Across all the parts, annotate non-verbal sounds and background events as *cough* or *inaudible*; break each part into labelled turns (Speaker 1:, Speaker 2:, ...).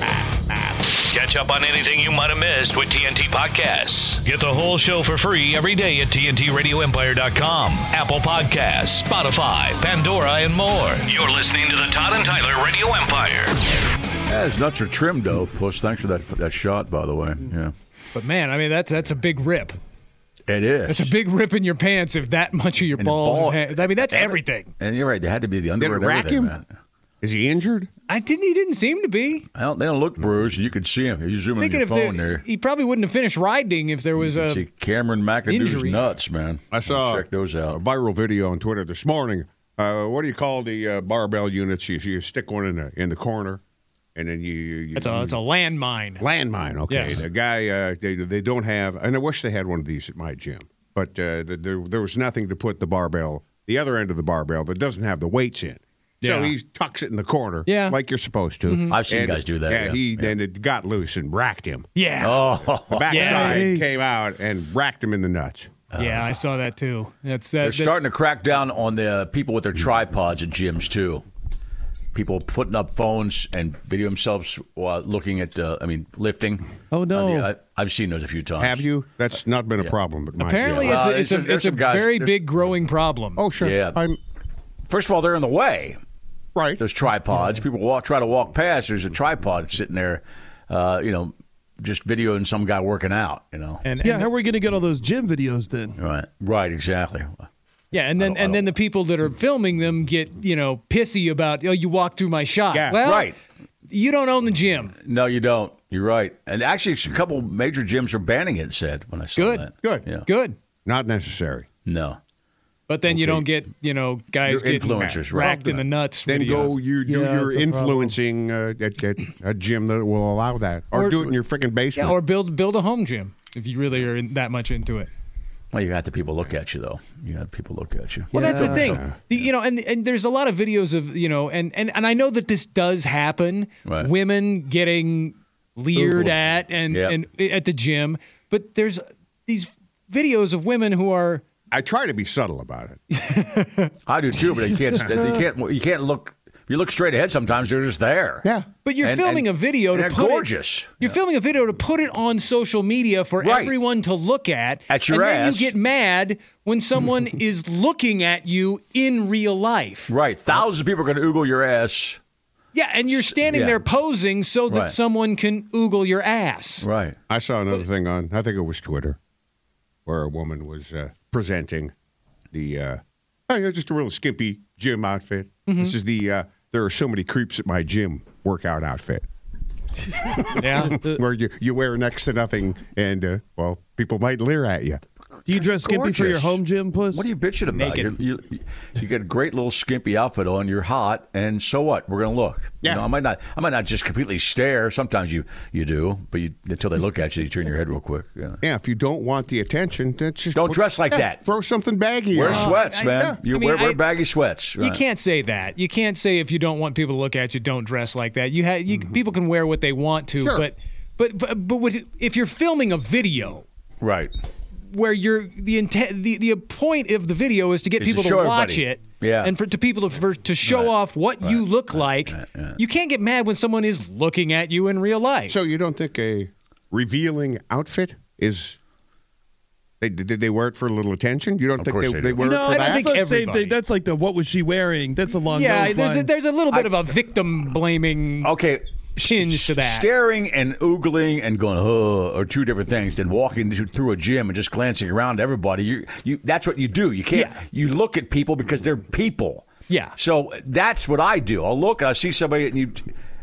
Speaker 1: Catch up on anything you might have missed with TNT Podcasts. Get the whole show for free every day at TNTRadioEmpire.com, Apple Podcasts, Spotify, Pandora, and more. You're listening to the Todd and Tyler Radio Empire.
Speaker 2: Yeah, his nuts are trimmed though. Push, thanks for that that shot, by the way.
Speaker 3: Mm-hmm.
Speaker 2: Yeah,
Speaker 3: But man, I mean that's that's a big rip.
Speaker 2: it is.
Speaker 3: That's a big rip in your pants if that much of your
Speaker 2: And the
Speaker 3: balls.
Speaker 2: ball-
Speaker 3: is hang- I mean that's everything.
Speaker 2: And you're right. They had to be the
Speaker 4: Did it
Speaker 2: underwear. and
Speaker 4: rack
Speaker 2: everything,
Speaker 4: him?
Speaker 2: man.
Speaker 4: Is he injured?
Speaker 3: I didn't. He didn't seem to be.
Speaker 2: I don't, they don't look bruised. You could see him. You zoom in
Speaker 3: Mm-hmm. Thinking
Speaker 2: your
Speaker 3: if
Speaker 2: phone
Speaker 3: the- e,
Speaker 2: there.
Speaker 3: he probably wouldn't have finished riding if there was
Speaker 2: You see
Speaker 3: a.
Speaker 2: Cameron McAdoo's
Speaker 3: injury.
Speaker 2: nuts, man.
Speaker 4: I saw
Speaker 2: Check those
Speaker 4: A
Speaker 2: out.
Speaker 4: viral video on Twitter this morning. Uh, what do you call the uh, barbell units? You, you stick one in the in the corner, and then you, you, you
Speaker 3: That's a. It's a landmine.
Speaker 4: landmine. Okay,
Speaker 3: Yes.
Speaker 4: the guy uh, they they don't have, and I wish they had one of these at my gym, but uh, the, there there was nothing to put the barbell, the other end of the barbell that doesn't have the weights in. So
Speaker 3: Yeah.
Speaker 4: he tucks it in the corner,
Speaker 3: Yeah. Mm-hmm.
Speaker 4: like you're supposed to.
Speaker 2: I've seen
Speaker 4: And-
Speaker 2: guys do that,
Speaker 4: Yeah,
Speaker 2: yeah.
Speaker 4: he then it got loose and racked him.
Speaker 3: Yeah.
Speaker 2: Oh,
Speaker 4: The backside
Speaker 3: Yes.
Speaker 4: came out and racked him in the nuts.
Speaker 3: yeah, I saw that too. That's that.
Speaker 2: Oh. they're
Speaker 3: that-
Speaker 2: starting to crack down on the uh, people with their tripods at gyms too. People putting up phones and video themselves while looking at. Uh, I mean, lifting.
Speaker 3: Oh, no.
Speaker 2: I mean, I, I've seen those a few times.
Speaker 4: Have you? That's not been a problem at my
Speaker 3: apparently,
Speaker 4: gym.
Speaker 3: it's
Speaker 2: Well,
Speaker 3: a, it's
Speaker 2: there's-
Speaker 3: a
Speaker 2: there's
Speaker 3: it's a
Speaker 2: some guys-
Speaker 3: very
Speaker 2: there's-
Speaker 3: big growing problem.
Speaker 4: Oh, sure.
Speaker 2: Yeah.
Speaker 4: I'm
Speaker 2: First of all, they're in the way.
Speaker 4: right.
Speaker 2: There's tripods. People walk, try to walk past. There's a tripod sitting there, uh, you know, just videoing some guy working out. You know,
Speaker 3: and
Speaker 5: Yeah, how are we going to get all those gym videos then?
Speaker 2: right, right, exactly.
Speaker 3: Yeah, and then and then the people that are filming them get you know pissy about oh you walked through my shot.
Speaker 4: Yeah,
Speaker 3: well,
Speaker 2: right.
Speaker 3: You don't own the gym.
Speaker 2: No, you don't. You're right. And actually, a couple major gyms are banning it. Said when I saw
Speaker 3: Good,
Speaker 2: that.
Speaker 4: good,
Speaker 2: Yeah.
Speaker 3: Good,
Speaker 4: Not necessary.
Speaker 2: No.
Speaker 3: but then you don't get you know guys
Speaker 2: You're
Speaker 3: getting
Speaker 2: influencers, right.
Speaker 3: racked in the nuts.
Speaker 4: Then
Speaker 3: videos.
Speaker 4: go you do
Speaker 5: Yeah,
Speaker 4: your
Speaker 5: it's a
Speaker 4: influencing uh, at, at a gym that will allow that, or,
Speaker 3: Or-
Speaker 4: do it in your freaking
Speaker 3: Yeah,
Speaker 4: basement.
Speaker 3: or build build a home gym if you really are in, that much into it.
Speaker 2: Well, you got the people look at you though. You got people look at you.
Speaker 3: Well, that's the thing, The- you know, and and there's a lot of videos of you know, and and and I know that this does happen,
Speaker 2: Right.
Speaker 3: women getting leered
Speaker 2: Ooh.
Speaker 3: at and
Speaker 2: Yeah.
Speaker 3: and at the gym, but there's these videos of women who are
Speaker 4: I try to be subtle about it.
Speaker 2: I do too, but you
Speaker 3: *laughs*
Speaker 2: can't. you can't. You can't look. You look straight ahead. Sometimes they're just there.
Speaker 4: Yeah.
Speaker 3: But you're
Speaker 2: And-
Speaker 3: filming
Speaker 2: and-
Speaker 3: a video
Speaker 2: and
Speaker 3: to
Speaker 2: they're
Speaker 3: put it-
Speaker 2: gorgeous.
Speaker 3: you're filming a video to put it on social media for
Speaker 2: Right.
Speaker 3: everyone to look at.
Speaker 2: At your
Speaker 3: and then
Speaker 2: ass.
Speaker 3: you get mad when someone
Speaker 2: *laughs*
Speaker 3: is looking at you in real life.
Speaker 2: Right. Thousands of people are going to oogle your ass.
Speaker 3: Yeah, and you're standing
Speaker 2: Yeah.
Speaker 3: there posing so that
Speaker 2: Right.
Speaker 3: someone can oogle your ass.
Speaker 2: Right.
Speaker 4: I saw another thing on. I think it was Twitter, where a woman was uh, presenting the uh, hey, it's just a real skimpy gym outfit. This is the uh, there are so many creeps at my gym workout outfit,
Speaker 2: *laughs*
Speaker 3: Yeah.
Speaker 4: where you you wear next to nothing, and uh, well, people might leer at you.
Speaker 5: Do you dress skimpy for your
Speaker 2: Gorgeous.
Speaker 5: home gym, puss?
Speaker 2: What are you bitching about? You,
Speaker 3: Naked.
Speaker 2: you, you got a great little skimpy outfit on. You're hot, and so what? We're gonna look.
Speaker 4: Yeah.
Speaker 2: You know, I might not. I might not just completely stare. Sometimes you you do, but you, until they look at you, you turn your head real quick. Yeah.
Speaker 4: Yeah, if you don't want the attention, that's just
Speaker 2: Don't dress like
Speaker 4: Yeah,
Speaker 2: that.
Speaker 4: Throw something baggy.
Speaker 2: Wear
Speaker 4: on.
Speaker 2: sweats,
Speaker 3: I-
Speaker 2: man.
Speaker 3: yeah.
Speaker 2: You
Speaker 3: I mean,
Speaker 2: wear, wear
Speaker 3: I-
Speaker 2: baggy sweats.
Speaker 3: You
Speaker 2: right.
Speaker 3: can't say that. You can't say if you don't want people to look at you, don't dress like that. You ha- you,
Speaker 2: Mm-hmm.
Speaker 3: people can wear what they want to,
Speaker 4: Sure.
Speaker 3: but but but, but what, if you're filming a video,
Speaker 2: Right.
Speaker 3: where you're the intent the, the point of the video is to get
Speaker 2: Is to
Speaker 3: people to,
Speaker 2: show
Speaker 3: watch
Speaker 2: everybody.
Speaker 3: it
Speaker 2: Yeah.
Speaker 3: and for to people to, for, to show off what you look like you can't get mad when someone is looking at you in real life
Speaker 4: So you don't think a revealing outfit is? They, did they wear it for a little attention? You don't think
Speaker 2: course
Speaker 4: they,
Speaker 2: they
Speaker 4: they,
Speaker 2: do.
Speaker 4: wear
Speaker 5: No,
Speaker 4: it for
Speaker 5: I
Speaker 4: that?
Speaker 5: don't think
Speaker 3: That's the
Speaker 5: that's
Speaker 3: same
Speaker 5: the same
Speaker 3: thing.
Speaker 5: thing. That's like the what was she wearing? That's along
Speaker 3: yeah
Speaker 5: those
Speaker 3: there's a,
Speaker 5: lines.
Speaker 3: there's a little bit of a victim blaming
Speaker 2: Okay.
Speaker 3: hinge to that.
Speaker 2: Staring and oogling and going, huh, are two different things than walking to- through a gym and just glancing around at everybody. You, you, that's what you do. You can't,
Speaker 3: Yeah.
Speaker 2: you look at people because they're people.
Speaker 3: Yeah.
Speaker 2: So that's what I do. I'll look, I see somebody, and you,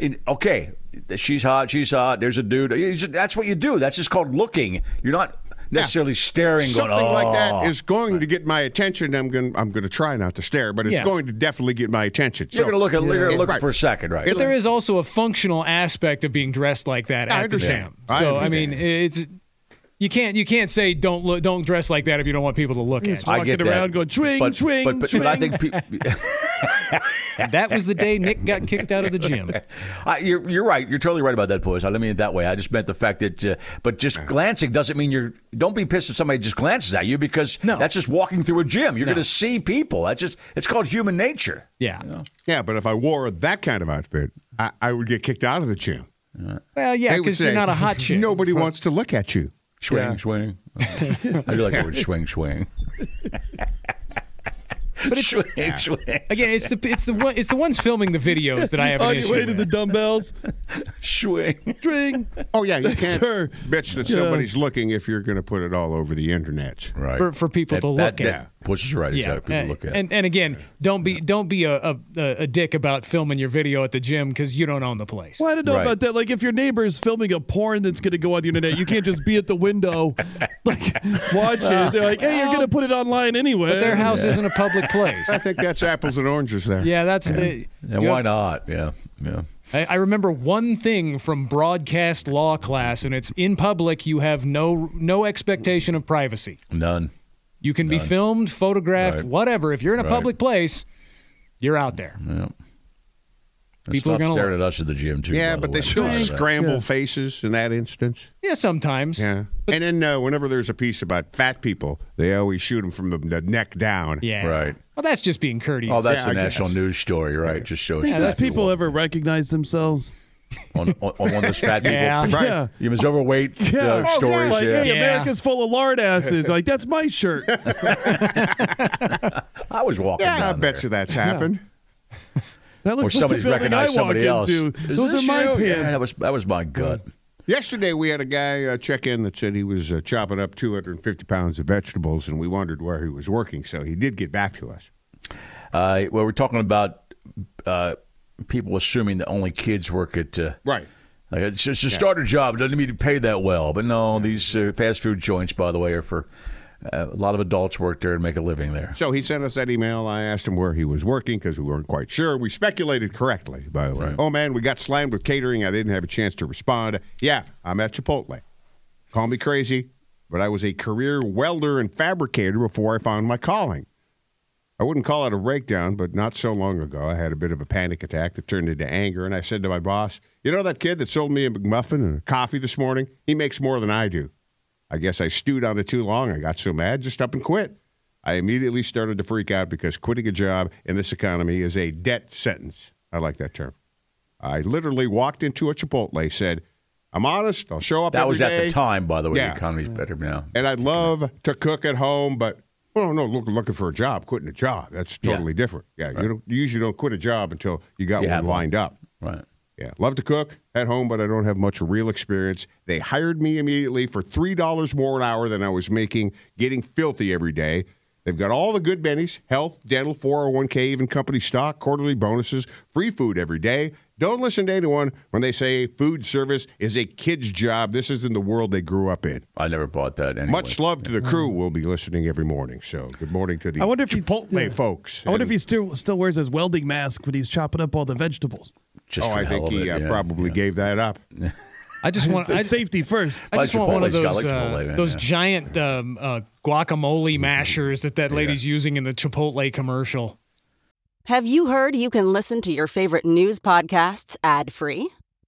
Speaker 2: and, okay, she's hot, she's hot, there's a dude. You just- that's what you do. That's just called looking. You're not necessarily staring,
Speaker 4: Something
Speaker 2: going, oh.
Speaker 4: like that is going to get my attention. I'm going. I'm going to try not to stare, but it's
Speaker 3: Yeah.
Speaker 4: going to definitely get my attention.
Speaker 2: You're
Speaker 4: So-
Speaker 2: going to look at, you're gonna
Speaker 4: Yeah.
Speaker 2: look
Speaker 4: Right.
Speaker 2: for a second, right?
Speaker 4: It-
Speaker 3: But there is also a functional aspect of being dressed like that
Speaker 4: I
Speaker 3: at the
Speaker 4: understand.
Speaker 3: gym.
Speaker 4: I
Speaker 3: so
Speaker 4: understand.
Speaker 3: I mean, it's you can't you can't say don't look don't dress like that if you don't want people to look at.
Speaker 2: *laughs*
Speaker 5: walking around going, "Twing,
Speaker 2: but,
Speaker 5: twing,
Speaker 2: but, but, but I think pe- *laughs*
Speaker 3: you. That was the day Nick got kicked out of the gym.
Speaker 2: I, you're, you're right. You're totally right about that, Poise. I didn't mean it that way. I just meant the fact that, uh, but just glancing doesn't mean you're. Don't be pissed if somebody just glances at you because
Speaker 3: No.
Speaker 2: that's just walking through a gym. You're going to see people. That's just. It's called human nature.
Speaker 3: Yeah.
Speaker 4: Yeah, but if I wore that kind of outfit, I, I would get kicked out of the gym.
Speaker 3: Well, yeah,
Speaker 4: They would
Speaker 3: because you're
Speaker 4: say,
Speaker 3: not a
Speaker 4: *laughs*
Speaker 3: hot chick.
Speaker 4: Nobody wants to look at you.
Speaker 2: Swing,
Speaker 3: *laughs*
Speaker 2: swing. I do like the word swing, swing. but it's swing, swing,
Speaker 3: Again, it's the it's the one it's the ones filming the videos that I have an
Speaker 5: On your
Speaker 3: issue
Speaker 5: way to
Speaker 3: with.
Speaker 5: the
Speaker 2: *laughs*
Speaker 5: dumbbells,
Speaker 2: swing.
Speaker 5: string.
Speaker 4: Oh yeah, you can't
Speaker 5: Sir.
Speaker 4: bitch that
Speaker 5: Yeah.
Speaker 4: somebody's looking if you're going to put it all over the internet.
Speaker 2: Right.
Speaker 3: For- for people
Speaker 2: That-
Speaker 3: to
Speaker 2: that-
Speaker 3: look at.
Speaker 2: That pushes right.
Speaker 3: yeah,
Speaker 2: Exactly. People
Speaker 3: uh,
Speaker 2: look at.
Speaker 3: and and again, don't be don't be a, a a dick about filming your video at the gym because you don't own the place.
Speaker 5: Well, I don't know
Speaker 2: Right.
Speaker 5: about that. Like, if your neighbor is filming a porn that's going to go on the internet, you can't just be at
Speaker 2: *laughs*
Speaker 5: the window, like, watch it. They're like, hey, you're going to put it online anyway.
Speaker 3: But their house isn't a
Speaker 2: *laughs*
Speaker 3: public place.
Speaker 4: I think that's apples and oranges there.
Speaker 3: Yeah, that's the.
Speaker 2: and
Speaker 3: you
Speaker 2: why
Speaker 3: have-
Speaker 2: not? Yeah. Yeah.
Speaker 3: I, I remember one thing from broadcast law class, and it's in public. You have no no expectation of privacy.
Speaker 2: None.
Speaker 3: You can be filmed, photographed,
Speaker 2: Right.
Speaker 3: whatever. If you're in a
Speaker 2: Right.
Speaker 3: public place, you're out there.
Speaker 2: And
Speaker 3: People are
Speaker 2: stop
Speaker 3: gonna
Speaker 2: staring at us at the gym too.
Speaker 4: Yeah,
Speaker 2: by the
Speaker 4: but they
Speaker 2: way.
Speaker 4: still
Speaker 2: Sorry about that.
Speaker 4: scramble faces in that instance.
Speaker 3: Yeah, sometimes.
Speaker 4: Yeah. And then uh, whenever there's a piece about fat people, they always shoot them from the, the neck down.
Speaker 3: Yeah.
Speaker 2: Right.
Speaker 3: Well, that's just being courteous.
Speaker 2: Oh, that's
Speaker 4: Yeah,
Speaker 2: the
Speaker 4: I
Speaker 2: national
Speaker 4: guess.
Speaker 2: news story, right? Just shows
Speaker 5: Think those
Speaker 2: fat
Speaker 5: people ever recognize themselves?
Speaker 2: on, on, on one of those fat people.
Speaker 3: Yeah.
Speaker 2: *laughs*
Speaker 4: Right.
Speaker 5: *laughs* Yeah.
Speaker 2: You was overweight uh,
Speaker 5: Oh,
Speaker 2: stories.
Speaker 5: Like,
Speaker 2: yeah.
Speaker 5: hey,
Speaker 3: Yeah.
Speaker 5: America's full of lard asses. Like, that's
Speaker 2: *laughs*
Speaker 5: my shirt.
Speaker 2: I was walking.
Speaker 4: Yeah, I
Speaker 2: down
Speaker 4: bet
Speaker 2: there.
Speaker 4: you that's happened.
Speaker 5: That
Speaker 2: Or
Speaker 5: looks like the
Speaker 2: somebody's
Speaker 5: building I
Speaker 2: recognized
Speaker 5: walk
Speaker 2: somebody else.
Speaker 5: into.
Speaker 2: Is
Speaker 5: Those are
Speaker 2: this
Speaker 5: my
Speaker 2: you?
Speaker 5: pants. Mm.
Speaker 2: Yeah, that was that was my gut.
Speaker 4: Yesterday, we had a guy uh, check in that said he was uh, chopping up 250 pounds of vegetables, and we wondered where he was working. So he did get back to us.
Speaker 2: Uh, well, we're talking about uh, people assuming that only kids work at. Uh,
Speaker 4: Right.
Speaker 2: Like it's just a starter job. It doesn't mean you pay that well. But no, these uh, fast food joints, by the way, are for uh, a lot of adults work there and make a living there.
Speaker 4: So he sent us that email. I asked him where he was working because we weren't quite sure. We speculated correctly, by the way. Oh, man, we got slammed with catering. I didn't have a chance to respond. Yeah, I'm at Chipotle. Call me crazy, but I was a career welder and fabricator before I found my calling. I wouldn't call it a breakdown, but not so long ago, I had a bit of a panic attack that turned into anger, and I said to my boss, You know that kid that sold me a McMuffin and a coffee this morning? He makes more than I do. I guess I stewed on it too long. I got so mad, just up and quit. I immediately started to freak out because quitting a job in this economy is a debt sentence. I like that term. I literally walked into a Chipotle, said, I'm honest, I'll show up
Speaker 2: That
Speaker 4: every
Speaker 2: was at
Speaker 4: day."
Speaker 2: the time, by the way.
Speaker 4: Yeah.
Speaker 2: The economy's
Speaker 5: Mm.
Speaker 2: better now.
Speaker 4: and I'd love to cook at home, but oh no, look, looking for a job, quitting a job, that's
Speaker 2: Yeah.
Speaker 4: totally different. Yeah, you don't you usually don't quit a job until you got
Speaker 2: You have
Speaker 4: one
Speaker 2: one.
Speaker 4: lined up.
Speaker 2: Right.
Speaker 4: Yeah, love to cook at home, but I don't have much real experience. They hired me immediately for three dollars more an hour than I was making, getting filthy every day. They've got all the good bennies, health, dental, 401k, even company stock, quarterly bonuses, free food every day. Don't listen to anyone when they say food service is a kid's job. This isn't the world they grew up in.
Speaker 2: I never bought that anyway.
Speaker 4: Much love to the crew. We'll be listening every morning. So good morning to the
Speaker 5: I wonder if he-
Speaker 4: Chipotle
Speaker 5: yeah.
Speaker 4: folks.
Speaker 5: I wonder if
Speaker 4: And-
Speaker 5: he still still wears his welding mask when he's chopping up all the vegetables.
Speaker 2: Just
Speaker 4: Oh,
Speaker 2: for
Speaker 4: I
Speaker 2: the hell
Speaker 4: think
Speaker 2: of
Speaker 4: he
Speaker 2: it,
Speaker 4: uh,
Speaker 2: yeah.
Speaker 4: probably gave that up.
Speaker 3: I just want
Speaker 5: It's
Speaker 3: I,
Speaker 5: safety first.
Speaker 3: I just
Speaker 2: Like
Speaker 3: want one of
Speaker 2: Chipotle's got
Speaker 3: those
Speaker 2: like Chipotle,
Speaker 3: uh,
Speaker 2: man,
Speaker 3: those
Speaker 2: yeah. Mm-hmm.
Speaker 3: giant um, uh, guacamole mashers that that lady's using in the Chipotle commercial.
Speaker 6: Have you heard you can listen to your favorite news podcasts ad free?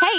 Speaker 7: Hey,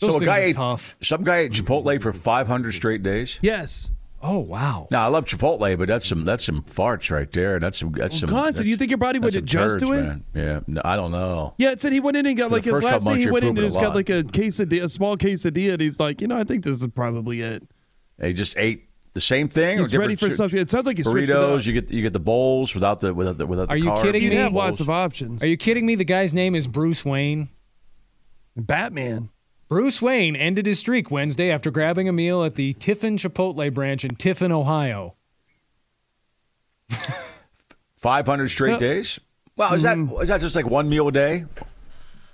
Speaker 3: Those
Speaker 2: so a
Speaker 3: things
Speaker 2: guy
Speaker 3: are
Speaker 2: ate
Speaker 3: tough.
Speaker 2: some guy ate Chipotle for 500 straight days.
Speaker 5: Yes.
Speaker 3: Oh wow.
Speaker 2: Now I love Chipotle, but that's some that's some farts right there. That's some that's some.
Speaker 5: God, so
Speaker 2: that's-
Speaker 5: you think your body would
Speaker 2: that's some
Speaker 5: adjust to
Speaker 2: turds,
Speaker 5: it?
Speaker 2: man. Yeah, no, I don't know.
Speaker 5: Yeah, it said he went in and got
Speaker 2: the
Speaker 5: like his
Speaker 2: first
Speaker 5: last
Speaker 2: couple
Speaker 5: day. He
Speaker 2: months,
Speaker 5: went
Speaker 2: you're
Speaker 5: in and
Speaker 2: pooping
Speaker 5: just
Speaker 2: a
Speaker 5: got
Speaker 2: lot.
Speaker 5: like a quesadilla, a small quesadilla, and he's like, you know, I think this is probably it.
Speaker 2: He just ate the same thing. or
Speaker 5: He's ready
Speaker 2: different
Speaker 5: for
Speaker 2: sh-
Speaker 5: something. It sounds like he switched it up.
Speaker 2: burritos. You get you get the bowls without the without the without the.
Speaker 3: Are you
Speaker 2: carbs.
Speaker 3: kidding
Speaker 5: You
Speaker 3: me?
Speaker 5: have
Speaker 3: Bowls.
Speaker 5: lots of options.
Speaker 3: Are you kidding me? The guy's name is Bruce Wayne.
Speaker 5: Batman.
Speaker 3: Bruce Wayne ended his streak Wednesday after grabbing a meal at the Tiffin Chipotle branch in Tiffin, Ohio.
Speaker 2: 500 straight days. Wow, is
Speaker 5: Mm-hmm.
Speaker 2: that is that just like one meal a day?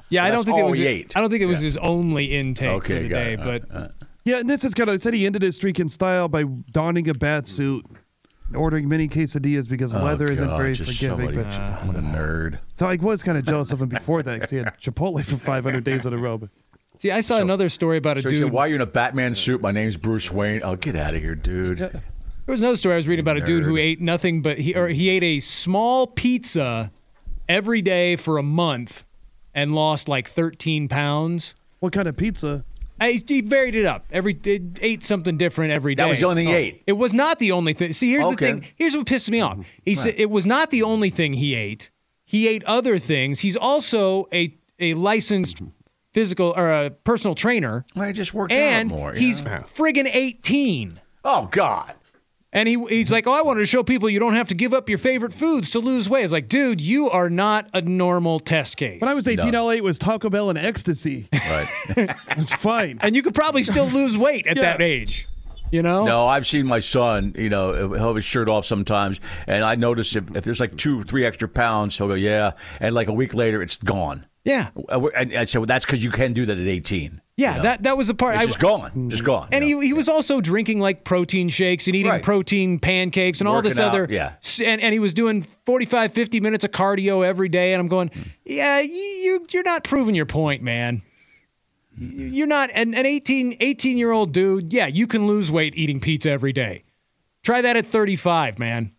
Speaker 3: Yeah, I
Speaker 2: That's
Speaker 3: don't think it
Speaker 2: all
Speaker 3: was.
Speaker 2: he ate.
Speaker 3: I don't think it was his only intake
Speaker 2: Okay,
Speaker 3: for the
Speaker 2: got
Speaker 3: day,
Speaker 2: it. Uh,
Speaker 3: but
Speaker 5: Yeah, and this is kind of. It said he ended his streak in style by donning a bat suit, and ordering many quesadillas because the weather isn't
Speaker 2: Oh, uh, God,
Speaker 5: very
Speaker 2: just
Speaker 5: forgiving.
Speaker 2: somebody-
Speaker 5: But
Speaker 2: what
Speaker 5: *sighs*
Speaker 2: a nerd.
Speaker 5: so I was kind of jealous of him before that because he had Chipotle for 500 days in a row. But
Speaker 3: see, I saw another story about a
Speaker 2: So he
Speaker 3: dude.
Speaker 2: said, "Why are you in a Batman suit? My name's Bruce Wayne. Oh, get out of here, dude."
Speaker 3: There was another story I was reading about a dude who ate nothing but he or he ate a small pizza every day for a month and lost like 13 pounds.
Speaker 5: what kind of pizza?
Speaker 3: I, he varied it up. Every he ate something different every day. Oh.
Speaker 2: That was the only thing he ate.
Speaker 3: It was not the only thing. See, here's
Speaker 2: Okay.
Speaker 3: the thing. Here's what pissed me off. He said it was not the only thing he ate. He ate other things. He's also a a licensed
Speaker 2: Mm-hmm.
Speaker 3: physical or a personal trainer,
Speaker 2: I just worked
Speaker 3: and
Speaker 2: out more. you
Speaker 3: he's
Speaker 2: know?
Speaker 3: friggin' 18.
Speaker 2: oh God.
Speaker 3: And he he's like, "Oh, I wanted to show people you don't have to give up your favorite foods to lose weight." It's like, dude, you are not a normal test case.
Speaker 5: When I was 18, all I ate was Taco Bell and ecstasy. *laughs*
Speaker 2: Right.
Speaker 5: It's fine.
Speaker 3: and you could probably
Speaker 5: *laughs*
Speaker 3: still lose weight at that age. You know?
Speaker 2: no, I've seen my son. You know, he'll have his shirt off sometimes, and I notice if, if there's like two, three extra pounds, he'll go, "Yeah," and like a week later, it's gone. Uh,
Speaker 3: Yeah.
Speaker 2: And I said, "Well, that's because you can do that at 18."
Speaker 3: Yeah,
Speaker 2: you know?
Speaker 3: that that was the part
Speaker 2: it's
Speaker 3: I
Speaker 2: just gone, just gone.
Speaker 3: And
Speaker 2: you know?
Speaker 3: he, he was also drinking like protein shakes and eating
Speaker 2: Right.
Speaker 3: protein pancakes and all this
Speaker 2: Working out,
Speaker 3: other
Speaker 2: yeah.
Speaker 3: s- and and he was doing 45 50 minutes of cardio every day and I'm going,
Speaker 2: Hmm.
Speaker 3: "Yeah, you- you you're not proving your point, man." You're not an, an 18 18 year old dude. Yeah, you can lose weight eating pizza every day. Try that at 35, man.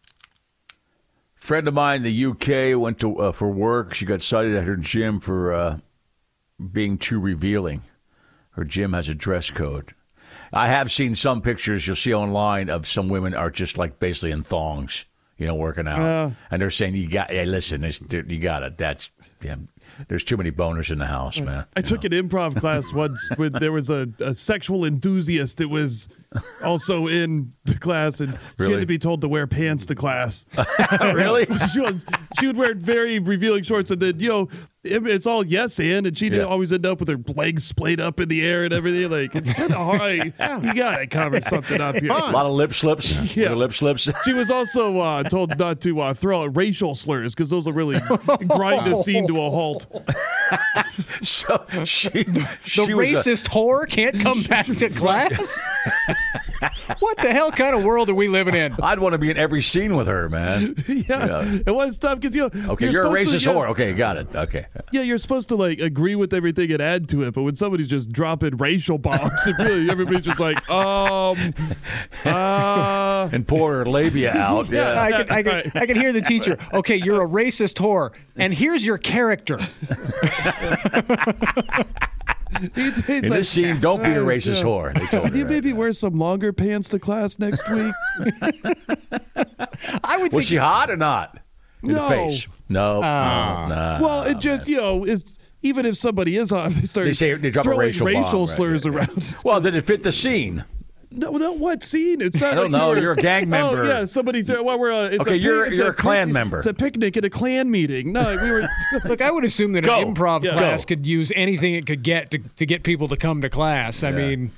Speaker 2: friend of mine in the UK went to uh, for work. She got cited at her gym for uh, being too revealing. Her gym has a dress code. I have seen some pictures you'll see online of some women are just like basically in thongs, you know, working out, and they're saying you got, hey, listen, this, dude, you got it. That's yeah, there's too many boners in the house, man. *laughs*
Speaker 5: I took an improv class once with there was a, a sexual enthusiast that was also in the class and she had
Speaker 2: Really?
Speaker 5: to be told to wear pants to class. *laughs*
Speaker 2: really?
Speaker 5: she, would, she would wear very revealing shorts and then you know it- it's all yes and and she would
Speaker 2: Yeah.
Speaker 5: always end up with her legs splayed up in the air and everything like it's
Speaker 2: *laughs*
Speaker 5: kind of hard. You gotta cover something up here.
Speaker 2: A lot of lip slips.
Speaker 5: Yeah.
Speaker 2: Little lip slips. *laughs*
Speaker 5: She was also uh, told not to uh, throw out racial slurs because those
Speaker 2: *laughs*
Speaker 5: will really grind the scene to a halt.
Speaker 2: so she, the
Speaker 3: The
Speaker 2: she was a-
Speaker 3: racist whore can't come
Speaker 2: *laughs*
Speaker 3: back to class? what the hell kind of world are we living in?
Speaker 2: I'd want to be in every scene with her, man.
Speaker 5: *laughs* Yeah,
Speaker 2: Yeah.
Speaker 5: it was tough because
Speaker 2: *laughs*
Speaker 5: you. Know,
Speaker 2: Okay, you're, a
Speaker 5: supposed to-
Speaker 2: racist
Speaker 5: yeah,
Speaker 2: whore. Okay, got it. Okay.
Speaker 5: Yeah, you're supposed to like agree with everything and add to it, but when somebody's just dropping racial bombs, it really everybody's
Speaker 2: *laughs*
Speaker 5: just like, um, uh,
Speaker 2: and pour her labia out. Yeah.
Speaker 3: I can, I, can, I can hear the teacher. Okay, you're a racist whore, and here's your character.
Speaker 5: he's
Speaker 2: In
Speaker 5: like,
Speaker 2: this scene, don't
Speaker 5: *laughs*
Speaker 2: be a racist whore. They told
Speaker 5: Could you
Speaker 2: her.
Speaker 5: maybe wear some longer pants to class
Speaker 2: *laughs*
Speaker 5: next week?
Speaker 3: I would
Speaker 2: Was
Speaker 3: think.
Speaker 2: she hot or not? In
Speaker 5: No.
Speaker 2: the face. No. Nah.
Speaker 5: well, it just you know it's even if somebody is on, they start
Speaker 2: Oh, They say they drop a
Speaker 5: throwing
Speaker 2: racial bomb, right,
Speaker 5: slurs
Speaker 2: yeah, yeah.
Speaker 5: around. *laughs*
Speaker 2: Well, did it fit the scene?
Speaker 5: No, no, what scene? It's not.
Speaker 2: I don't
Speaker 5: like you
Speaker 2: know.
Speaker 5: were-
Speaker 2: You're a gang member.
Speaker 5: *laughs* Oh yeah, somebody. Threw, well, we're a, it's
Speaker 2: Okay,
Speaker 5: a
Speaker 2: you're-
Speaker 5: pic- it's
Speaker 2: you're
Speaker 5: a
Speaker 2: a Klan
Speaker 5: pic-
Speaker 2: member.
Speaker 5: It's a picnic at a Klan meeting. No, we
Speaker 2: *laughs*
Speaker 5: were.
Speaker 3: Look, I would assume that
Speaker 2: Go.
Speaker 3: an improv
Speaker 5: Yeah.
Speaker 3: class
Speaker 2: Go.
Speaker 3: could use anything it could get to, to get people to come to class. I mean,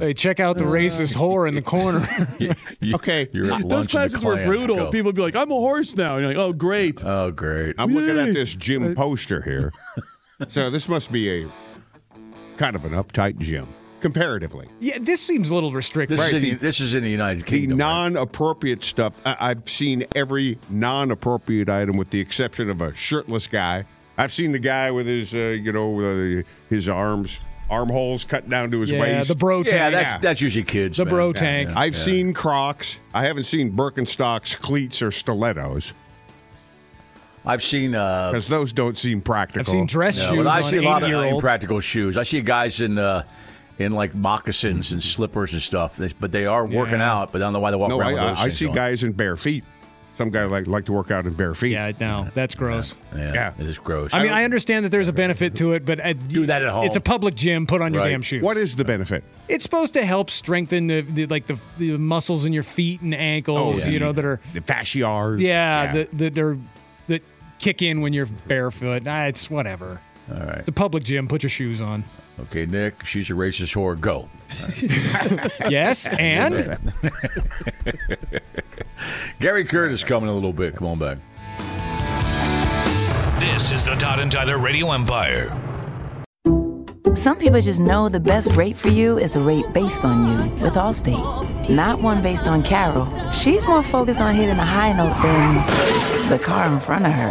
Speaker 3: hey, check out
Speaker 2: Uh,
Speaker 3: the racist whore in
Speaker 2: *laughs*
Speaker 3: the corner.
Speaker 2: You- you-
Speaker 4: Okay.
Speaker 2: You're at lunch
Speaker 5: Those
Speaker 2: in the
Speaker 5: classes were
Speaker 2: Klan.
Speaker 5: brutal.
Speaker 2: Go.
Speaker 5: People would be like, "I'm a horse now," and you're like, "Oh, great."
Speaker 2: Oh, great.
Speaker 4: I'm looking at this
Speaker 5: Uh, *laughs*
Speaker 4: gym poster here. So this must be a kind of an uptight gym. comparatively.
Speaker 3: Yeah, this seems a little restrictive.
Speaker 2: This,
Speaker 4: Right,
Speaker 2: is in the,
Speaker 4: the-
Speaker 2: this is in the United
Speaker 4: The
Speaker 2: Kingdom. right?
Speaker 4: non-appropriate stuff. I- I've seen every non-appropriate item, with the exception of a shirtless guy. I've seen the guy with his, uh, you know, uh, his arms, armholes cut down to his
Speaker 3: Yeah,
Speaker 4: waist.
Speaker 3: the bro
Speaker 2: Yeah,
Speaker 3: tank.
Speaker 2: that's, that's usually kids.
Speaker 3: the
Speaker 2: man.
Speaker 3: bro tank.
Speaker 4: I've seen Crocs. I haven't seen Birkenstocks, cleats, or stilettos
Speaker 2: I've seen. Uh,
Speaker 4: because those don't seem practical.
Speaker 3: I've seen dress
Speaker 2: yeah,
Speaker 3: shoes
Speaker 2: but I
Speaker 3: on
Speaker 2: see a lot of
Speaker 3: 80-year-olds.
Speaker 2: impractical shoes. I see guys in. Uh, in like moccasins and slippers and stuff, They- but they are working
Speaker 3: Yeah.
Speaker 2: out. But I don't know why they walk
Speaker 4: No,
Speaker 2: around
Speaker 4: I,
Speaker 2: with those
Speaker 4: I, I
Speaker 2: things
Speaker 4: see
Speaker 2: on.
Speaker 4: guys in bare feet. Some guys like like to work out in bare feet.
Speaker 3: Yeah, no, that's gross.
Speaker 2: Yeah,
Speaker 4: Yeah.
Speaker 2: it is gross.
Speaker 3: I mean, I understand that there's a benefit to it, but uh,
Speaker 2: Do that at home.
Speaker 3: It's a public gym. Put on your
Speaker 2: Right.
Speaker 3: damn shoes.
Speaker 4: What is the benefit?
Speaker 3: It's supposed to help strengthen the, the like the, the muscles in your feet and ankles.
Speaker 4: yeah.
Speaker 3: Oh, You know that are
Speaker 4: Oh, The fasciars.
Speaker 3: yeah, That, that are that kick in when you're barefoot. Nah, it's whatever. All right. It's a public gym. Put your shoes on.
Speaker 2: okay, Nick, she's a racist whore. Go.
Speaker 3: *laughs* Yes, and
Speaker 2: Gary Curtis coming a little bit. Come on back.
Speaker 1: This is the Todd and Tyler Radio Empire.
Speaker 8: Some people just know the best rate for you is a rate based on you with Allstate, not one based on Carol. She's more focused on hitting a high note than the car in front of her.